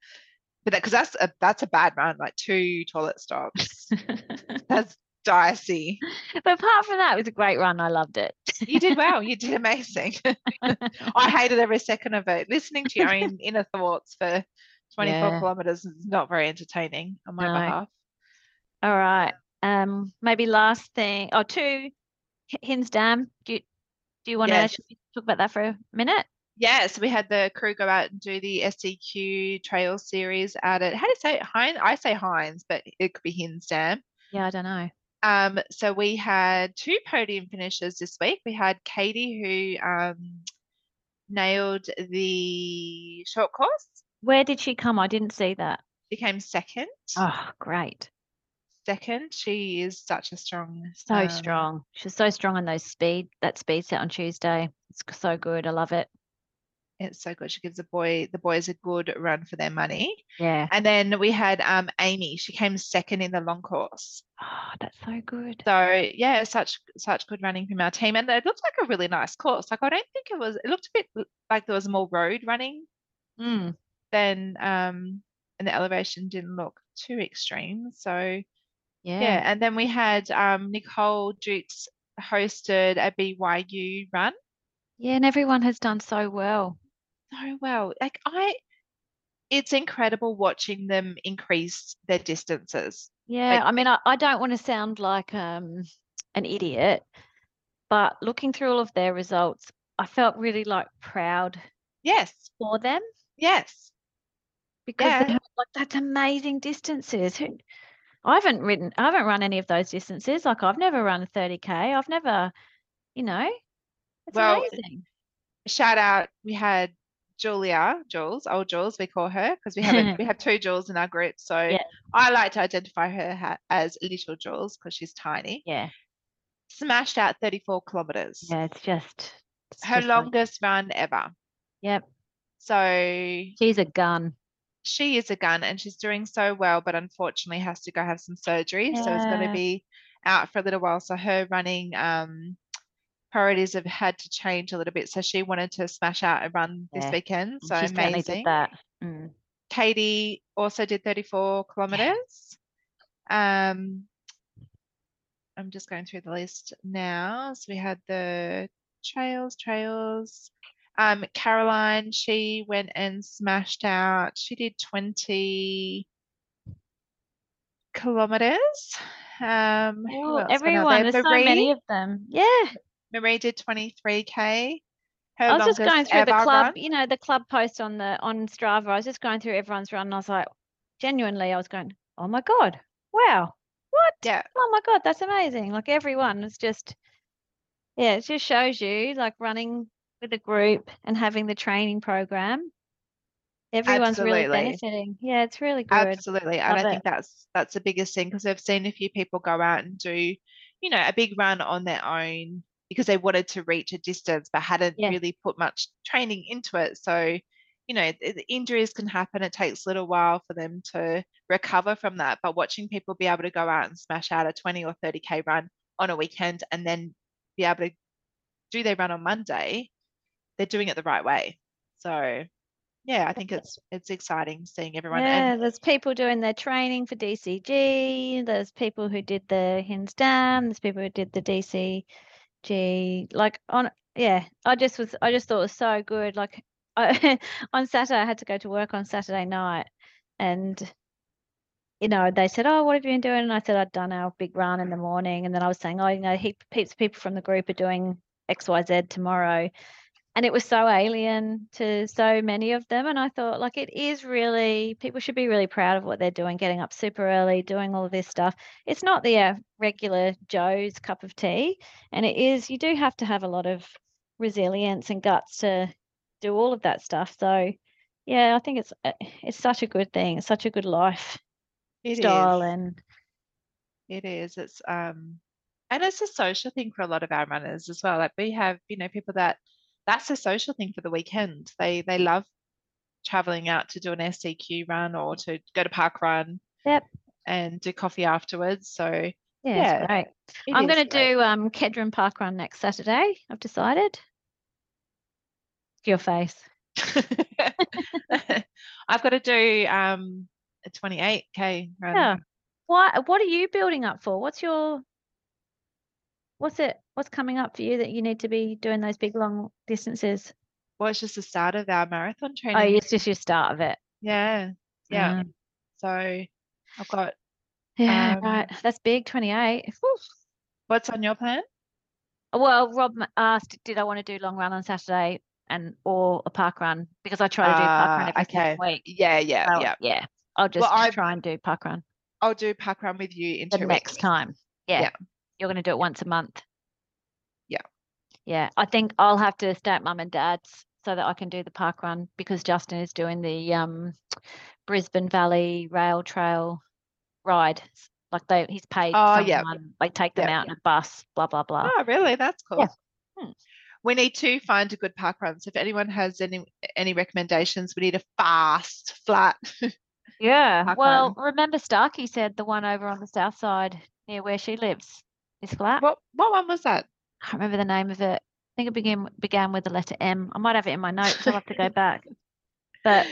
but that, cause that's a, that's a bad run, like two toilet stops. but That's dicey. apart from that, it was a great run. I loved it. You did well. You did amazing. I hated every second of it. Listening to your own inner thoughts for 24 Yeah. kilometers is not very entertaining on my No. behalf. All right. Um, maybe last thing or two, H- Hinds Dam. Do you, do you want to Yes. talk about that for a minute? Yeah, so we had the crew go out and do the SEQ trail series out at how do you say it? Hines? I say Hines, but it could be Hinsdam. Yeah, I don't know. Um, so we had two podium finishers this week. We had Katie who um, nailed the short course. Where did she come? I didn't see that. She came second. Oh, great. Second, she is such a strong, So um, strong. She's so strong on those speed, that speed set on Tuesday. It's g- so good. I love it. It's so good. She gives the boy the boys a good run for their money. Yeah. And then we had um Amy. She came second in the long course. Oh, that's so good. So yeah, such such good running from our team, and it looked like a really nice course. Like I don't think it was. It looked a bit l- like there was more road running Mm. than um, and the elevation didn't look too extreme. So Yeah. yeah, and then we had um Nicole Dukes hosted a BYU run. Yeah. And everyone has done so well. so well. Like I, it's incredible watching them increase their distances. Yeah, I mean, I, I don't want to sound like um, an idiot, but looking through all of their results, I felt really like proud Yes, for them yes. because Yeah. they have, like that's amazing distances. Who, I haven't ridden, I haven't run any of those distances. Like I've never run a 30k. I've never, you know, it's Well, amazing. Shout out, we had Julia, Jules, old Jules, we call her because we have we have two Jules in our group. So Yeah. I like to identify her ha- as little Jules because she's tiny. Yeah. Smashed out 34 kilometers, Yeah. It's just. it's her just like- longest run ever. Yep. So she's a gun. she is a gun and she's doing so well, but unfortunately has to go have some surgery. So it's going Yeah. to be out for a little while. So her running um, priorities have had to change a little bit. So she wanted to smash out and run this Yeah. weekend. So she certainly amazing. did that. Mm. Katie also did 34 kilometers. Um, I'm just going through the list now. So we had the trails, trails. Um, Caroline, she went and smashed out. She did 20 kilometers. Um, who Ooh, else went out everyone, there? there's so many of them. Yeah, Marie did 23k. Her I was Oh, just going longest through the ever club, run. you know, the club post on the on Strava. I was just going through everyone's run, and I was like, genuinely, I was going, oh my god, wow, what? Yeah. Oh my god, that's amazing! Like everyone was just, yeah, it just shows you like running with a group and having the training program. Everyone's really Absolutely. benefiting. Yeah, it's really good. Absolutely. And Love I it. think that's that's the biggest thing because I've seen a few people go out and do, you know, a big run on their own because they wanted to reach a distance but hadn't Yeah. really put much training into it. So, you know, i- the injuries can happen. It takes a little while for them to recover from that. But watching people be able to go out and smash out a 20 or 30K run on a weekend and then be able to do their run on Monday, they're doing it the right way. So yeah, I think it's it's exciting seeing everyone. and- Yeah, there's people doing their training for DCG. There's people who did the Hins Dam. There's people who did the DCG. Like on, yeah. I just was, I just thought it was so good. Like I, on Saturday, I had to go to work on Saturday night, and you know they said, "Oh, what have you been doing?" And I said, "I'd done our big run in the morning," and then I was saying, "Oh, you know, heap, heaps of people from the group are doing X, Y, Z tomorrow." and it was so alien to so many of them and i thought like it is really people should be really proud of what they're doing getting up super early doing all of this stuff it's not the uh, regular joe's cup of tea and it is you do have to have a lot of resilience and guts to do all of that stuff so yeah i think it's uh, it's such a good thing it's such a good life It style is. and It is. It's um and it's a social thing for a lot of our runners as well. Like we have, you know, people that that's a social thing for the weekend. They they love traveling out to do an SCQ run or to go to park run. Yep. And do coffee afterwards. So it yeah, Yeah, it's great is i'm going to great. do um kedron park run next saturday i've decided your face I've got to do um a 28k run. Yeah. Why? uh, What are you building up for? What's your what's it what's coming up for you that you need to be doing those big long distances? Well, it's just the start of our marathon Oh, training. it's just your start of it. yeah. Yeah. Mm. So I've got Yeah, Um, right. That's big, 28. Whew. what's on your plan? Well, Rob m- asked, did I want to do long run on Saturday and or a park run? Because I try to do park run Ah, every second week. Yeah, yeah, So, yeah. yeah. I'll just I've- try and do park run I'll do park run with you in the two next weeks. time. Yeah. Yeah. You're going to do it once a month. Yeah. Yeah. I think I'll have to stay at mum and dad's so that I can do the park run because Justin is doing the um, Brisbane Valley Rail Trail ride. S- Like they, he's paid Oh, yeah. someone, like take them Yeah. out in a bus, blah, blah, blah. Oh, really? That's cool. Yeah. Hmm. We need to find a good park run. So if anyone has any any recommendations, we need a fast, flat. Yeah. park Well, remember Starkey said the one over on the south side near where she lives is flat. what what one was that? I can't remember the name of it. I think it began began with the letter M. I might have it in my notes. I'll have to go back. But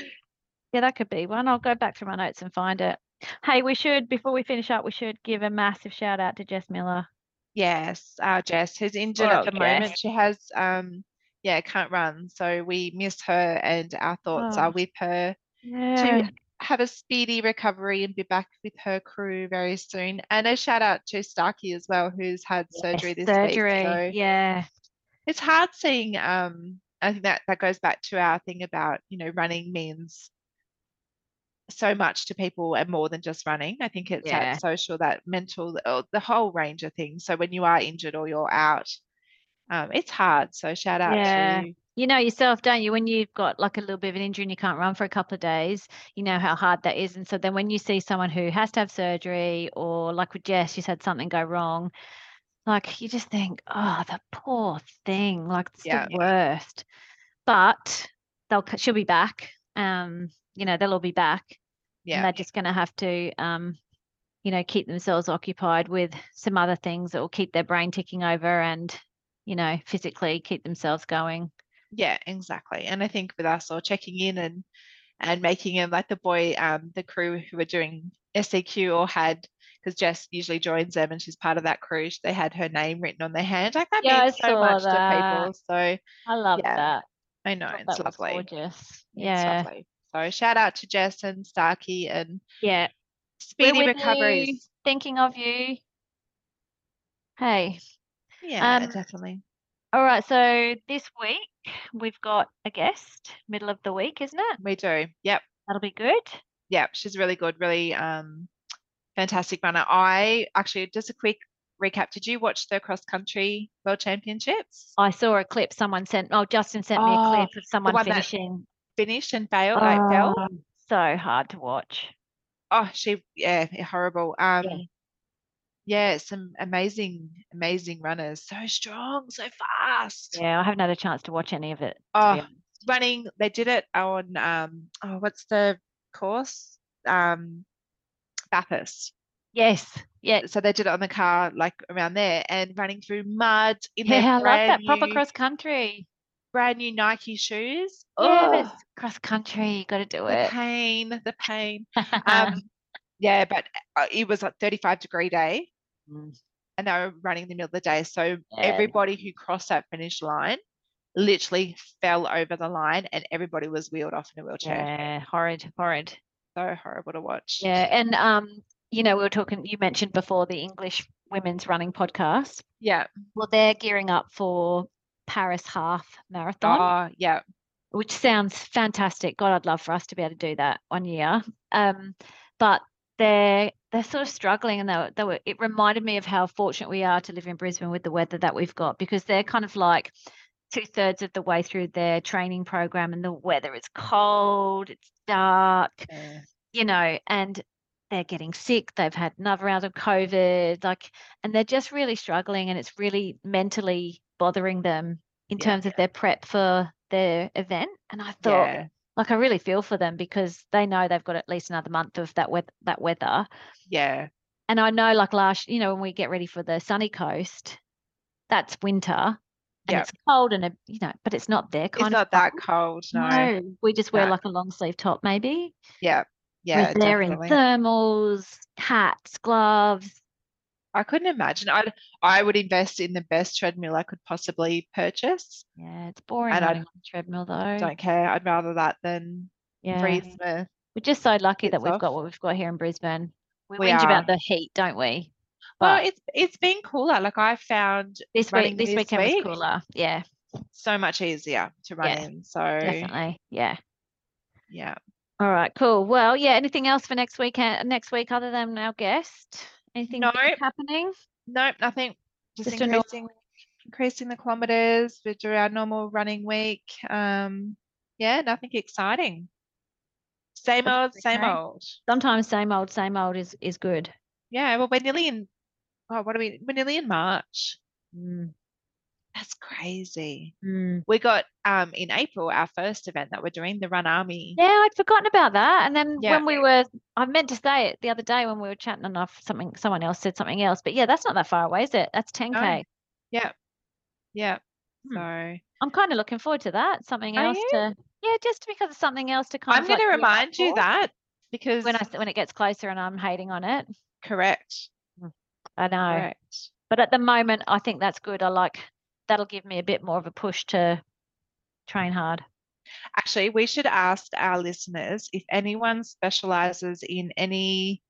yeah, that could be one. I'll go back through my notes and find it. Hey, we should before we finish up, we should give a massive shout out to Jess Miller. Yes, uh, Jess, who's injured Well, at the moment. She has um yeah, can't run. So we miss her and our thoughts Oh. are with her Yeah. to have a speedy recovery and be back with her crew very soon. And a shout out to Starkey as well, who's had surgery this surgery. week. So Yeah. it's hard seeing um i think that that goes back to our thing about you know running means so much to people and more than just running i think it's Yeah. that social that mental or the whole range of things so when you are injured or you're out um, it's hard so shout out Yeah. to You know yourself, don't you? When you've got like a little bit of an injury and you can't run for a couple of days, you know how hard that is. And so then when you see someone who has to have surgery or like with Jess, she's had something go wrong, like you just think, oh, the poor thing, like it's Yeah. the worst. But they'll c- she'll be back. Um, you know, they'll all be back. And Yeah. they're just going to have to, um, you know, keep themselves occupied with some other things that will keep their brain ticking over and, you know, physically keep themselves going. Yeah, exactly. And I think with us all checking in and and making it like the boy, um, the crew who were doing SEQ all had because Jess usually joins them and she's part of that crew. sh- They had her name written on their hand. Like that Yeah, I means so saw much that. to people. So I love Yeah, that. I know Thought it's that was lovely. It's Gorgeous. Yeah. lovely. So shout out to Jess and Starkey and Yeah. We're speedy with you, recoveries. Thinking of you. Hey. Yeah, Um, definitely. All right. So this week we've got a guest, middle of the week, isn't it? We do. Yep. That'll be good. yeah, she's really good, really um, fantastic runner. I actually just a quick recap. Did you watch the cross country world championships? I saw a clip someone sent. Oh, Justin sent me Oh, a clip of someone one that- finishing. Finished and failed, like fell. Oh, So hard to watch. Oh, she yeah, horrible. Um, Yeah. yeah. some amazing, amazing runners. So strong, so fast. Yeah, I haven't had a chance to watch any of it. to be Oh, honest. running. They did it on um, oh, what's the course? Um, Bathurst. yes. Yeah. So they did it on the car, like around there, and running through mud in their Yeah, I love that. brand Proper new- cross country. brand new Nike shoes. Yeah, Oh, but it's cross country. You got to do the it. pain, the pain. Um, yeah, but uh, it was like 35 degree day Mm. and they were running in the middle of the day. So Yeah. everybody who crossed that finish line literally fell over the line and everybody was wheeled off in a wheelchair. yeah, horrid, horrid. So horrible to watch. Yeah, and um, you know, we were talking. You mentioned before the English women's running podcast. Yeah. Well, they're gearing up for Paris half marathon, Oh, yeah. which sounds fantastic. God, I'd love for us to be able to do that one year. Um, but they're they're sort of struggling, and they were, they were. It reminded me of how fortunate we are to live in Brisbane with the weather that we've got, because they're kind of like two thirds of the way through their training program, and the weather is cold, it's dark, Yeah. you know, and they're getting sick, they've had another round of COVID, like, and they're just really struggling and it's really mentally bothering them in Yeah. terms of their prep for their event. And I thought, Yeah. like, I really feel for them because they know they've got at least another month of that weather, that weather. Yeah. And I know, like, last, you know, when we get ready for the sunny coast, that's winter and Yeah. it's cold and, a, you know, but it's not their kind It's of not that cold. No. No, we just wear No. like a long sleeve top, maybe. Yeah. Yeah. Whereas they're in definitely. thermals, hats, gloves. I couldn't imagine. I I would invest in the best treadmill I could possibly purchase. Yeah, it's boring And I running on a treadmill though. Don't care. I'd rather that than yeah. breathe the- We're just so lucky that It's we've got off. what we've got here in Brisbane. We, We whinge are. about the heat, don't we? Well, But it's it's been cooler. Like I found this running week, this this weekend week, was cooler. Yeah, so much easier to run Yeah, in. So definitely. Yeah. yeah. All right. Cool. Well, yeah. Anything else for next weekend? Next week, other than our guest? Anything big Nope. happening? Nope, nothing. Just, Just a normal increasing increasing the kilometers. We do our normal running week. Um yeah, nothing exciting. Same That's old, same okay. old. Sometimes same old, same old is is good. Yeah, well we're nearly in oh, what are we we're nearly in March. Mm, That's crazy. mm. We got um in April our first event that we're doing, the Run Army. Yeah, I'd forgotten about that. And then Yeah. when we were, I meant to say it the other day when we were chatting, and I've something someone else said something else. But yeah, that's not that far away, is it? That's ten k. Oh. Yeah. Hmm. So I'm kind of looking forward to that. Something Are else you? to yeah, just because of something else to kind I'm of. going like to gear up remind you for that because when I s- when it gets closer and I'm hating on it. correct, I know, correct. but at the moment, I think that's good. I like that'll give me a bit more of a push to train hard. Actually, we should ask our listeners if anyone specializes in any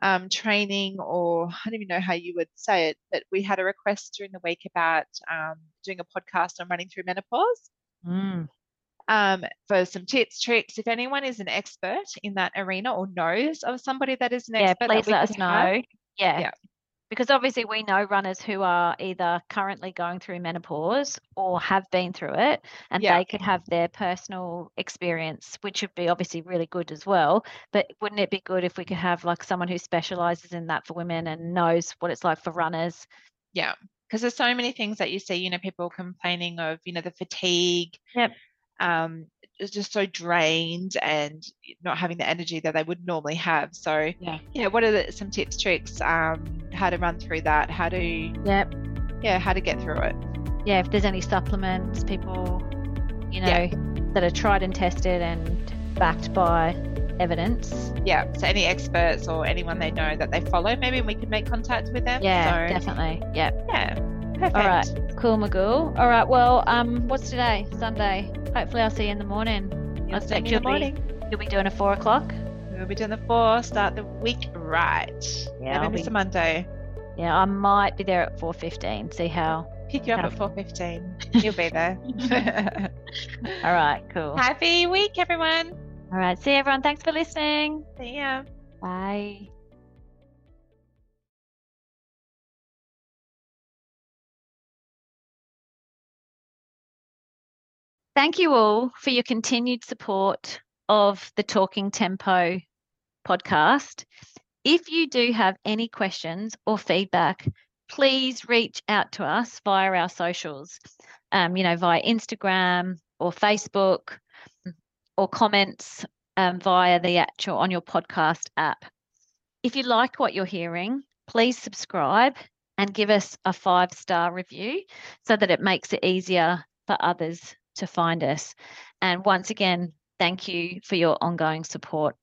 um, training or I don't even know how you would say it, but we had a request during the week about um, doing a podcast on running through menopause. Mm. um, for some tips, tricks. If anyone is an expert in that arena or knows of somebody that is an Yeah, expert, that please we let could us know. have, Yeah, Yeah. because obviously we know runners who are either currently going through menopause or have been through it and Yeah. they could have their personal experience which would be obviously really good as well but wouldn't it be good if we could have like someone who specializes in that for women and knows what it's like for runners because there's so many things that you see, you know, people complaining of, you know, the fatigue. Yep. Um, it's just so drained and not having the energy that they would normally have. So Yeah. yeah. What are the, some tips, tricks? Um, how to run through that? How to yeah yeah, how to get through it? yeah, if there's any supplements, people, you know, Yeah. that are tried and tested and backed by evidence. Yeah. So any experts or anyone they know that they follow, maybe we can make contact with them. Yeah, So, definitely. Yeah. yeah. Perfect. All right. Cool, Magoo. All right. Well, um, what's today? Sunday. Hopefully, I'll see you in the morning. You'll I'll see speak me to in the you. morning. You'll be doing a four o'clock. We'll be doing the four. Start the week right. Yeah, Never I'll miss be- a Monday. Yeah, I might be there at four fifteen. See how. Pick you up at Yeah. four fifteen. You'll be there. All right. Cool. Happy week, everyone. All right. See you, everyone. Thanks for listening. See ya. Bye. Thank you all for your continued support of the Talking Tempo podcast. If you do have any questions or feedback, please reach out to us via our socials, um, you know, via Instagram or Facebook, or comments um, via the actual on your podcast app. If you like what you're hearing, please subscribe and give us a five star review so that it makes it easier for others to find us. And once again, thank you for your ongoing support.